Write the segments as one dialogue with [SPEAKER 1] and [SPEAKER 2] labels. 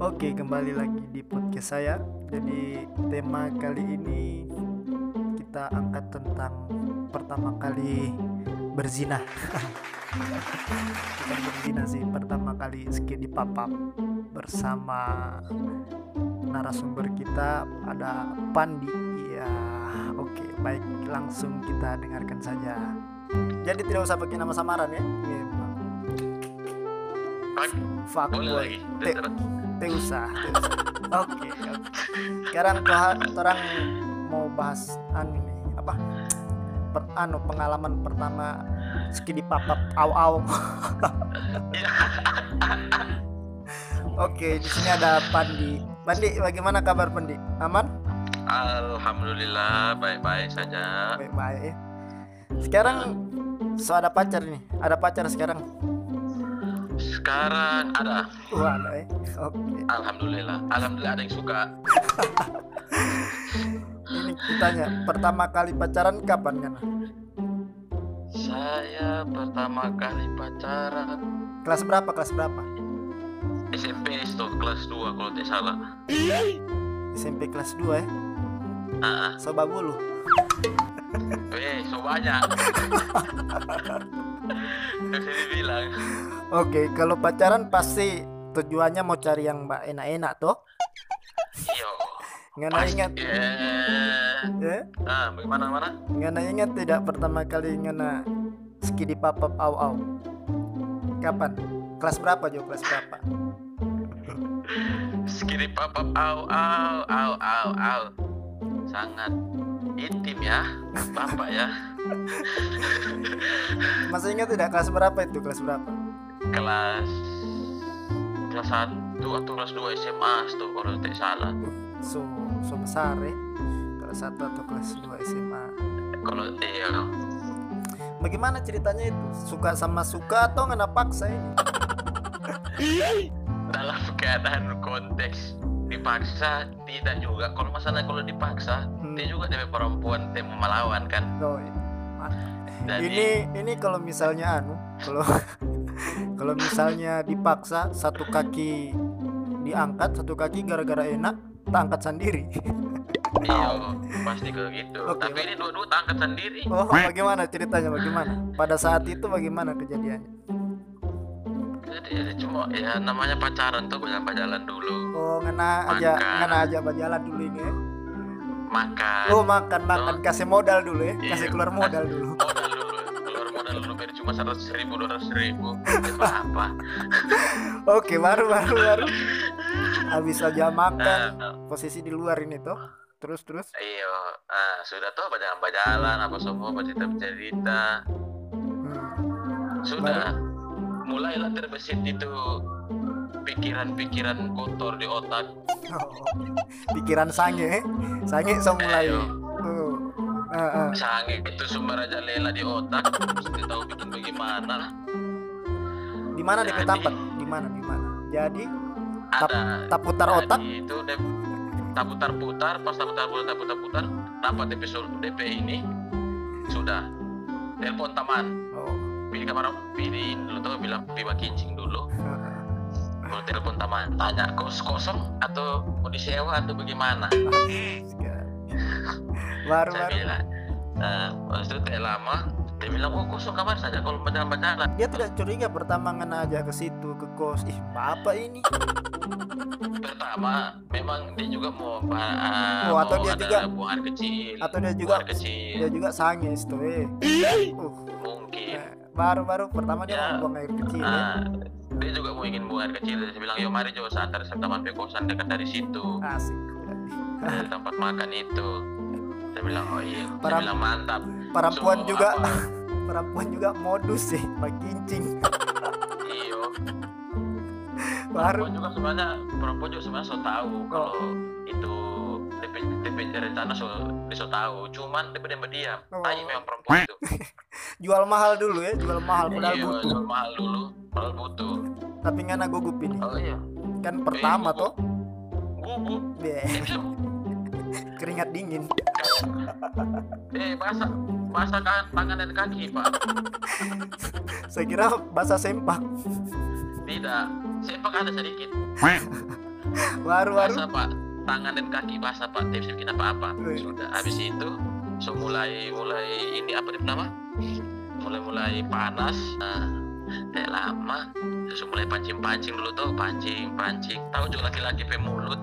[SPEAKER 1] Oke, kembali lagi di podcast saya. Jadi tema kali ini kita angkat tentang pertama kali berzina. Bukan berzina sih, pertama kali skip di papap bersama narasumber kita ada Pandi. Ya, oke, baik langsung kita dengarkan saja. Jadi tidak usah pakai nama samaran ya. Ini emang
[SPEAKER 2] Pak, boleh
[SPEAKER 1] fuckboy.
[SPEAKER 2] lagi.
[SPEAKER 1] Te- Teu usah, teu usah. Oke. oke. Sekarang toha- orang mau bahas anu nih, apa? Per- anu pengalaman pertama skidi papap au au. Oke, di sini ada Pandi. Pandi, bagaimana kabar Pandi? Aman?
[SPEAKER 2] Alhamdulillah baik-baik saja.
[SPEAKER 1] Baik-baik ya. Sekarang so ada pacar nih. Ada pacar sekarang.
[SPEAKER 2] Sekarang ada.
[SPEAKER 1] Wah, ada, ya. Oke.
[SPEAKER 2] Alhamdulillah. Alhamdulillah ada yang suka.
[SPEAKER 1] Ini ditanya, pertama kali pacaran kapan kan?
[SPEAKER 2] Saya pertama kali pacaran
[SPEAKER 1] Kelas berapa? Kelas berapa?
[SPEAKER 2] SMP itu kelas 2 kalau tidak salah.
[SPEAKER 1] SMP kelas 2 ya
[SPEAKER 2] Ah,
[SPEAKER 1] Sobagulu
[SPEAKER 2] eh, so banyak. Bisa dibilang.
[SPEAKER 1] Oke kalau pacaran pasti tujuannya mau cari yang mbak enak-enak toh
[SPEAKER 2] Yo.
[SPEAKER 1] Ngana
[SPEAKER 2] pasti.
[SPEAKER 1] ingat
[SPEAKER 2] Eh,
[SPEAKER 1] ya
[SPEAKER 2] Ah, bagaimana mana?
[SPEAKER 1] Ngana ingat tidak pertama kali ngana skidi papap au au Kapan? Kelas berapa Jo? Kelas berapa?
[SPEAKER 2] Skiri papap au au au au au. Sangat intim ya, bapak ya.
[SPEAKER 1] Masih ingat tidak kelas berapa itu? Kelas berapa?
[SPEAKER 2] kelas kelas 1 atau kelas 2 SMA tuh kalau tidak salah
[SPEAKER 1] So, so besar ya Kelas 1 atau kelas 2 SMA
[SPEAKER 2] kalau iya
[SPEAKER 1] Bagaimana ceritanya itu? Suka sama suka atau ngana paksa ini?
[SPEAKER 2] dalam keadaan konteks dipaksa tidak juga kalau masalah kalau dipaksa
[SPEAKER 1] Hmm.
[SPEAKER 2] dia juga dari perempuan dia mau melawan kan
[SPEAKER 1] Oh, iya.
[SPEAKER 2] jadi
[SPEAKER 1] ini ini kalau misalnya anu kalau kalau misalnya dipaksa satu kaki diangkat satu kaki gara-gara enak tangkat sendiri
[SPEAKER 2] iya pasti kayak gitu
[SPEAKER 1] Oke.
[SPEAKER 2] tapi ini dua-dua tangkat sendiri
[SPEAKER 1] oh bagaimana ceritanya bagaimana pada saat itu bagaimana kejadiannya
[SPEAKER 2] jadi ya, cuma ya namanya pacaran tuh banyak jalan dulu
[SPEAKER 1] oh ngena aja
[SPEAKER 2] Makan.
[SPEAKER 1] ngena aja berjalan dulu ini ya
[SPEAKER 2] makan
[SPEAKER 1] oh makan makan kasih modal dulu ya kasih
[SPEAKER 2] Iya.
[SPEAKER 1] keluar modal dulu
[SPEAKER 2] modal dulu keluar modal dulu biar cuma seratus ribu dua ratus ribu apa
[SPEAKER 1] oke baru baru baru habis aja
[SPEAKER 2] Nah,
[SPEAKER 1] makan posisi di luar ini tuh terus terus
[SPEAKER 2] Iya, ah, sudah tuh berjalan-berjalan apa semua bercerita-cerita. Eh.
[SPEAKER 1] Hmm.
[SPEAKER 2] Sudah mulailah terbesit itu pikiran-pikiran kotor di otak.
[SPEAKER 1] Oh, pikiran sange eh. sange so mulai
[SPEAKER 2] Ayo.
[SPEAKER 1] Oh. Ah, ah.
[SPEAKER 2] Sange itu sumber aja lela di otak. Mesti tahu bikin bagaimana.
[SPEAKER 1] di mana
[SPEAKER 2] Jadi-
[SPEAKER 1] DP tampan di mana di mana jadi
[SPEAKER 2] Ada
[SPEAKER 1] tak putar
[SPEAKER 2] tadi
[SPEAKER 1] otak
[SPEAKER 2] Itu dep tak putar-putar, pas tak putar-putar, tak putar-putar, dapat DP sur- DP ini sudah. Telepon taman,
[SPEAKER 1] oh.
[SPEAKER 2] pilih kamar, pilih dulu tuh bilang pilih kincing dulu.
[SPEAKER 1] ah.
[SPEAKER 2] mau telepon taman tanya kos kosong atau mau disewa atau bagaimana
[SPEAKER 1] baru
[SPEAKER 2] saya
[SPEAKER 1] baru
[SPEAKER 2] bilang nah, waktu itu tidak lama dia bilang oh kosong kamar saja kalau pacaran pacaran
[SPEAKER 1] dia tidak curiga pertama ngena aja ke situ ke kos ih apa ini
[SPEAKER 2] pertama memang dia juga mau ah,
[SPEAKER 1] Oh, atau
[SPEAKER 2] mau
[SPEAKER 1] dia
[SPEAKER 2] ada
[SPEAKER 1] juga-
[SPEAKER 2] buang air kecil
[SPEAKER 1] atau dia
[SPEAKER 2] buang
[SPEAKER 1] juga
[SPEAKER 2] air kecil
[SPEAKER 1] dia juga sange itu eh uh,
[SPEAKER 2] mungkin
[SPEAKER 1] eh, baru baru pertama dia
[SPEAKER 2] Ya.
[SPEAKER 1] mau buang air kecil ya.
[SPEAKER 2] Ah, dia juga mau ingin buang air kecil saya bilang yo mari jo saya antar saya ke taman pekosan dekat dari situ
[SPEAKER 1] eh. asik
[SPEAKER 2] dari tempat makan itu saya bilang oh iya saya
[SPEAKER 1] Ah. Para-
[SPEAKER 2] bilang mantap
[SPEAKER 1] perempuan
[SPEAKER 2] So,
[SPEAKER 1] juga
[SPEAKER 2] apa?
[SPEAKER 1] perempuan juga modus eh. sih pakincing
[SPEAKER 2] iyo Iya,
[SPEAKER 1] baru
[SPEAKER 2] perempuan juga sebenarnya perempuan juga sebenarnya so tahu kalau
[SPEAKER 1] Oh.
[SPEAKER 2] itu DP DP rencana so dia so tahu cuman DP dia berdiam
[SPEAKER 1] Oh.
[SPEAKER 2] tai memang perempuan itu
[SPEAKER 1] jual mahal dulu ya jual mahal padahal
[SPEAKER 2] iya
[SPEAKER 1] butuh
[SPEAKER 2] jual mahal dulu padahal butuh
[SPEAKER 1] tapi ngana gugup ini
[SPEAKER 2] oh iya
[SPEAKER 1] kan pertama
[SPEAKER 2] gugup.
[SPEAKER 1] toh
[SPEAKER 2] gugup Eh,
[SPEAKER 1] Beh.
[SPEAKER 2] Dia bilang,
[SPEAKER 1] Keringat dingin.
[SPEAKER 2] eh basah basah kan tangan dan kaki pak
[SPEAKER 1] Saya kira basah sempak.
[SPEAKER 2] tidak sepak ada sedikit
[SPEAKER 1] Waru-waru.
[SPEAKER 2] basah pak tangan dan kaki basah pak tips bikin apa apa
[SPEAKER 1] Wih.
[SPEAKER 2] sudah habis itu so mulai mulai ini apa namanya mulai mulai panas nah, tidak lama terus mulai pancing pancing dulu tuh pancing pancing tahu juga laki-laki pemulut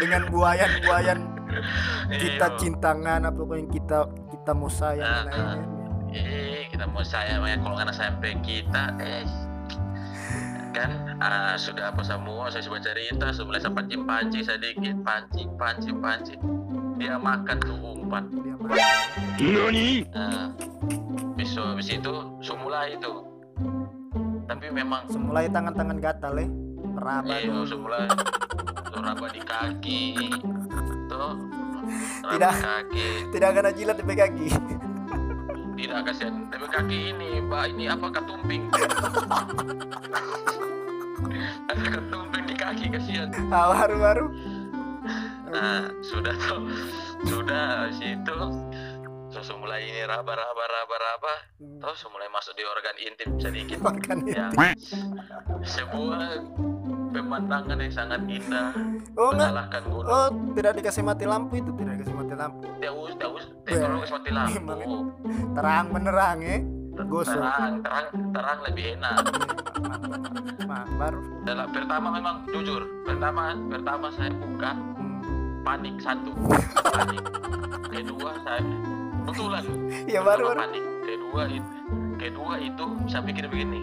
[SPEAKER 1] Dengan buayan-buayan
[SPEAKER 2] Iya,
[SPEAKER 1] kita
[SPEAKER 2] Iyo.
[SPEAKER 1] cintangan apa pokoknya kita kita mau sayang dan
[SPEAKER 2] Ah,
[SPEAKER 1] lainnya.
[SPEAKER 2] eh kita mau saya ya kalau nggak sampai kita eh kan ah, sudah apa semua saya coba cerita saya mulai sempat pancing pancing sedikit pancing pancing pancing dia makan tuh umpan
[SPEAKER 1] Dia marah.
[SPEAKER 2] nah, besok habis itu semula itu tapi memang
[SPEAKER 1] Semulai tangan-tangan gatal eh. Meraba
[SPEAKER 2] eh
[SPEAKER 1] dulu.
[SPEAKER 2] semula tuh raba di kaki tuh raba
[SPEAKER 1] Tidak.
[SPEAKER 2] di kaki
[SPEAKER 1] Tidak akan jilat di kaki.
[SPEAKER 2] tidak kasihan tapi kaki ini mbak ini apa ketumping ada ketumping di kaki kasihan
[SPEAKER 1] Ah, waru-waru.
[SPEAKER 2] nah sudah tuh sudah habis itu terus mulai ini raba raba raba raba terus mulai masuk di organ intim sedikit
[SPEAKER 1] Makan
[SPEAKER 2] ya
[SPEAKER 1] itu.
[SPEAKER 2] sebuah pemandangan yang sangat indah
[SPEAKER 1] Oh enggak.
[SPEAKER 2] mengalahkan gunung
[SPEAKER 1] Oh, tidak dikasih mati lampu itu, tidak dikasih mati lampu.
[SPEAKER 2] Deus Deus Deus mati lampu
[SPEAKER 1] Terang menerang eh. Gosok.
[SPEAKER 2] terang terang terang lebih enak
[SPEAKER 1] Nah, baru
[SPEAKER 2] Dalam pertama memang jujur, pertama pertama saya buka
[SPEAKER 1] hmm.
[SPEAKER 2] panik satu, panik. Kedua saya betulan,
[SPEAKER 1] ya baru
[SPEAKER 2] pertama
[SPEAKER 1] baru
[SPEAKER 2] panik. Kedua itu, kedua itu saya pikir begini,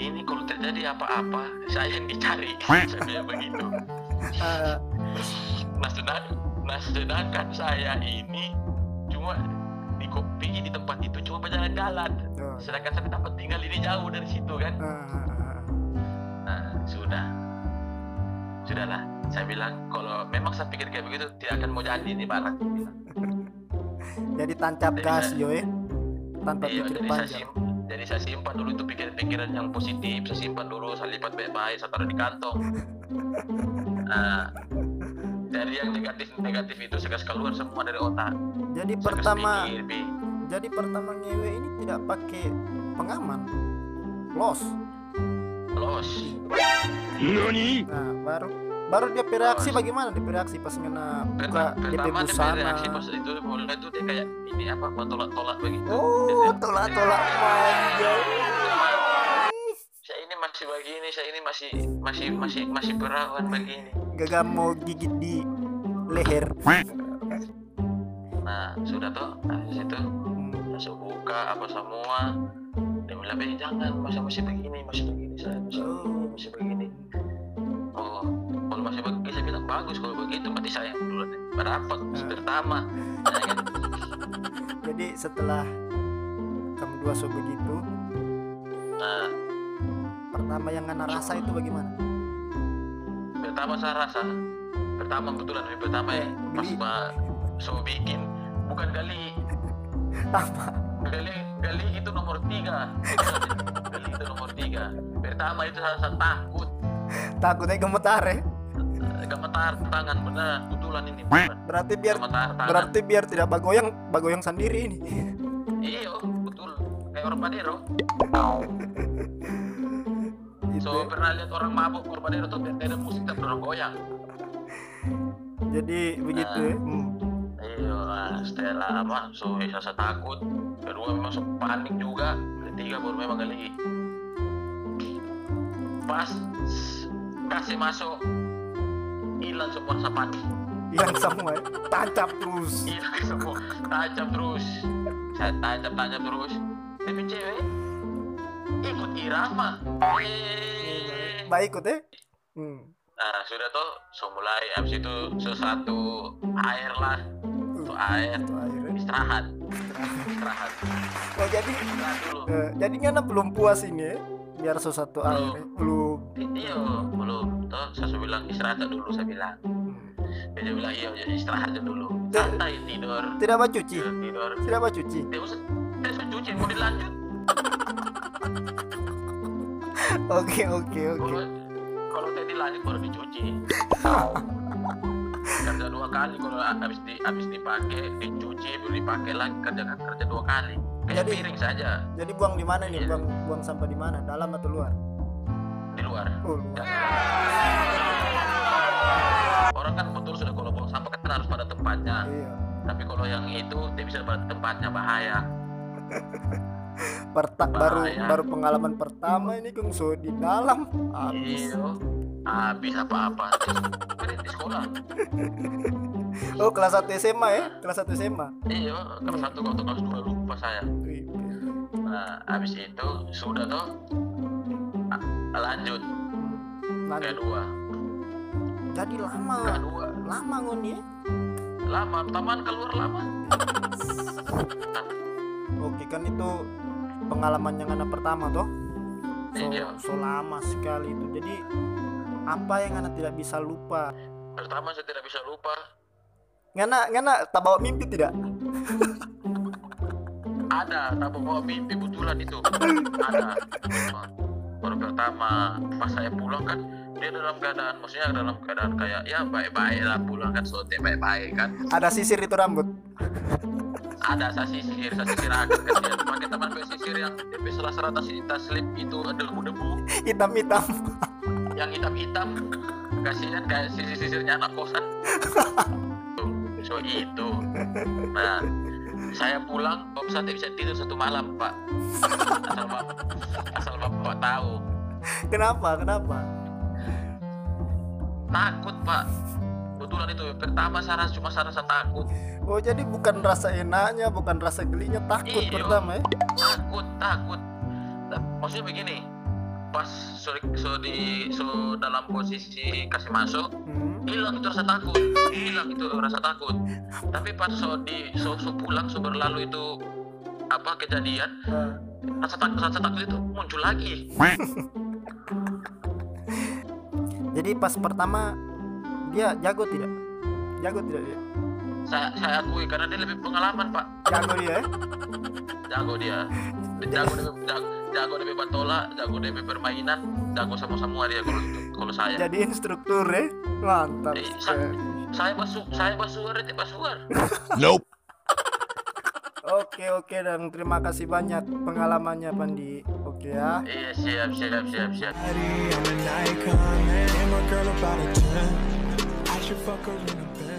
[SPEAKER 2] ini kalau terjadi apa-apa saya yang dicari, saya bilang begitu.
[SPEAKER 1] Ah,
[SPEAKER 2] Nah sedang- nah, sedangkan saya ini cuma di kopi di tempat itu cuma berjalan-jalan.
[SPEAKER 1] tuh.
[SPEAKER 2] Sedangkan saya tempat tinggal ini jauh dari situ kan.
[SPEAKER 1] Ah, ah, ah.
[SPEAKER 2] Nah, sudah. Sudahlah, saya bilang kalau memang saya pikir kayak begitu tidak akan mau jadi ini barang.
[SPEAKER 1] jadi tancap
[SPEAKER 2] Jadi
[SPEAKER 1] gas
[SPEAKER 2] saya-
[SPEAKER 1] yo eh tanpa
[SPEAKER 2] Iya, jadi
[SPEAKER 1] pikir
[SPEAKER 2] saya
[SPEAKER 1] panjang
[SPEAKER 2] simpan, jadi saya simpan dulu itu pikiran-pikiran yang positif, saya simpan dulu, saya lipat baik-baik, saya taruh di kantong. Nah, dari yang negatif-negatif itu saya kasih keluar semua dari otak.
[SPEAKER 1] jadi
[SPEAKER 2] Saya kasih
[SPEAKER 1] pertama
[SPEAKER 2] pikir, pi.
[SPEAKER 1] jadi pertama ngewe ini tidak pakai pengaman los
[SPEAKER 2] los.
[SPEAKER 1] nah baru baru dia bereaksi
[SPEAKER 2] Los.
[SPEAKER 1] bagaimana dia bereaksi pas kena buka
[SPEAKER 2] Pertama,
[SPEAKER 1] DP
[SPEAKER 2] pertama dia
[SPEAKER 1] busana
[SPEAKER 2] reaksi pas itu mulai itu dia kayak ini apa, tolak-tolak begitu.
[SPEAKER 1] oh tolak tolak manja
[SPEAKER 2] saya ini masih begini saya ini masih masih masih masih perawan begini
[SPEAKER 1] gagal mau gigit di leher
[SPEAKER 2] nah sudah toh habis itu
[SPEAKER 1] Hmm,
[SPEAKER 2] masuk buka apa semua dia bilang eh jangan masih masih begini masih begini saya masih begini masih begini oh kalau masih begini saya bilang bagus kalau begitu berarti saya yang duluan berapat
[SPEAKER 1] Nah.
[SPEAKER 2] pertama Ya kan?
[SPEAKER 1] jadi setelah kamu dua so begitu
[SPEAKER 2] nah
[SPEAKER 1] pertama yang ngana rasa itu bagaimana
[SPEAKER 2] pertama saya rasa pertama betulan hari pertama ya pas pak so bikin bukan kali
[SPEAKER 1] apa
[SPEAKER 2] Gali, Gali itu nomor tiga. Gali itu nomor tiga. Pertama itu saya saya takut,
[SPEAKER 1] takutnya gemetar ya
[SPEAKER 2] gemetar tangan benar, betulan ini benar.
[SPEAKER 1] berarti biar
[SPEAKER 2] Gemetar tangan.
[SPEAKER 1] berarti biar tidak bagoyang bagoyang sendiri ini
[SPEAKER 2] Iya, betul. Kayak orang Madero.
[SPEAKER 1] Gitu
[SPEAKER 2] So
[SPEAKER 1] ya.
[SPEAKER 2] pernah lihat orang mabuk orang Madero tuh tidak ada musik tapi orang goyang.
[SPEAKER 1] jadi begitu
[SPEAKER 2] Nah.
[SPEAKER 1] ya Hmm.
[SPEAKER 2] Iya, nah, setelah lama so saya saya takut. Kedua memang so panik juga. Ketiga baru memang Gali. Pas kasih masuk hilang semua rasa panik.
[SPEAKER 1] hilang semua ya. tancap terus
[SPEAKER 2] Iya, semua tajam terus. Saya tajam tajam terus. Tapi cewek ikut irama. Yeay.
[SPEAKER 1] baik ikut ya hmm.
[SPEAKER 2] Nah sudah tuh, so mulai abis itu sesuatu air lah, tuh air
[SPEAKER 1] Itu akhirnya.
[SPEAKER 2] istirahat, istirahat,
[SPEAKER 1] oh jadi
[SPEAKER 2] istirahat dulu.
[SPEAKER 1] eh, jadi ngana belum puas ini ya biar sesuatu
[SPEAKER 2] Belum.
[SPEAKER 1] akhirnya belum
[SPEAKER 2] Iya, belum. Tuh saya bilang istirahat dulu, saya bilang.
[SPEAKER 1] Hmm.
[SPEAKER 2] Dia bilang iya, jadi istirahat dulu. Santai tidur,
[SPEAKER 1] tidak apa cuci
[SPEAKER 2] tidur, tidur.
[SPEAKER 1] tidak apa cuci
[SPEAKER 2] Dia usah, dia usah cuci, mau dilanjut.
[SPEAKER 1] oke oke oke
[SPEAKER 2] Kalau kalau tadi lanjut baru dicuci. kerja dua kali kalau habis di habis dipakai dicuci baru dipakai lagi kerja kerja dua kali kayak
[SPEAKER 1] Jadi-
[SPEAKER 2] piring saja
[SPEAKER 1] Jadi buang di mana
[SPEAKER 2] Iya.
[SPEAKER 1] nih? Buang buang sampah di mana? Dalam atau luar?
[SPEAKER 2] di luar Ya.
[SPEAKER 1] Oh,
[SPEAKER 2] Iya.
[SPEAKER 1] luar.
[SPEAKER 2] orang kan motor sudah kalau buang sampah kan harus pada tempatnya
[SPEAKER 1] Iya.
[SPEAKER 2] tapi kalau yang itu dia bisa pada tempatnya bahaya
[SPEAKER 1] Perta- baru
[SPEAKER 2] Bahaya.
[SPEAKER 1] baru pengalaman pertama ini Kung So di dalam. Habis.
[SPEAKER 2] iyo habis apa-apa Kan di sekolah
[SPEAKER 1] Oh, kelas 1 SMA ya? Kelas 1 SMA.
[SPEAKER 2] iyo kelas satu atau kelas dua lupa saya
[SPEAKER 1] Wih,
[SPEAKER 2] nah habis itu sudah toh a- lanjut Iya,
[SPEAKER 1] lanjut.
[SPEAKER 2] kedua
[SPEAKER 1] Jadi lama.
[SPEAKER 2] kedua
[SPEAKER 1] Lama ngoni ya.
[SPEAKER 2] lama taman keluar lama
[SPEAKER 1] Oke, kan itu pengalaman yang anak pertama toh. So,
[SPEAKER 2] Iya.
[SPEAKER 1] so lama sekali itu. Jadi apa yang anak tidak bisa lupa?
[SPEAKER 2] pertama saya tidak bisa lupa
[SPEAKER 1] Ngana ngana tak bawa mimpi tidak?
[SPEAKER 2] ada tak bawa mimpi betulan itu ada baru pertama pas saya pulang kan dia dalam keadaan maksudnya dalam keadaan kayak ya baik-baik lah pulang kan sote baik-baik kan
[SPEAKER 1] Ada sisir itu rambut.
[SPEAKER 2] ada saya sisir saya sisir agak kasihan pakai teman saya sisir yang DP serasa tas tas slip itu ada debu-debu
[SPEAKER 1] Hitam-hitam.
[SPEAKER 2] yang hitam-hitam kasihan kayak sisir-sisirnya anak kosan Tuh, so itu nah saya pulang kok saya tidak bisa tidur satu malam pak asal bapak asal bapak tahu
[SPEAKER 1] Kenapa? Kenapa?
[SPEAKER 2] takut pak kebetulan itu pertama saya rasa- cuma saya rasa takut
[SPEAKER 1] Oh jadi bukan rasa enaknya, bukan rasa gelinya, takut
[SPEAKER 2] Iya.
[SPEAKER 1] pertama ya?
[SPEAKER 2] takut takut Nah, maksudnya begini pas so, so di so dalam posisi kasih masuk
[SPEAKER 1] Hmm.
[SPEAKER 2] hilang itu rasa takut hilang itu rasa takut tapi pas so di so, so pulang so berlalu itu apa kejadian
[SPEAKER 1] Nah,
[SPEAKER 2] rasa takut rasa takut itu muncul lagi
[SPEAKER 1] Jadi pas pertama dia jago tidak? Jago tidak ya? dia?
[SPEAKER 2] saya saya akui karena dia lebih pengalaman pak
[SPEAKER 1] Jago dia ya?
[SPEAKER 2] jago dia jago DP jago, jago DP batola jago DP permainan jago sama semua dia kalau itu kalau saya
[SPEAKER 1] Jadi instruktur ya? Mantap.
[SPEAKER 2] Iya.
[SPEAKER 1] sekali.
[SPEAKER 2] saya basu saya basuar itu basuar
[SPEAKER 3] Nope.
[SPEAKER 1] Oke oke dan terima kasih banyak pengalamannya Pandi. Oke ya.
[SPEAKER 2] iya siap siap siap siap
[SPEAKER 4] Daddy, I'm an icon. And my girl about a 10. I should fuck her in a bed.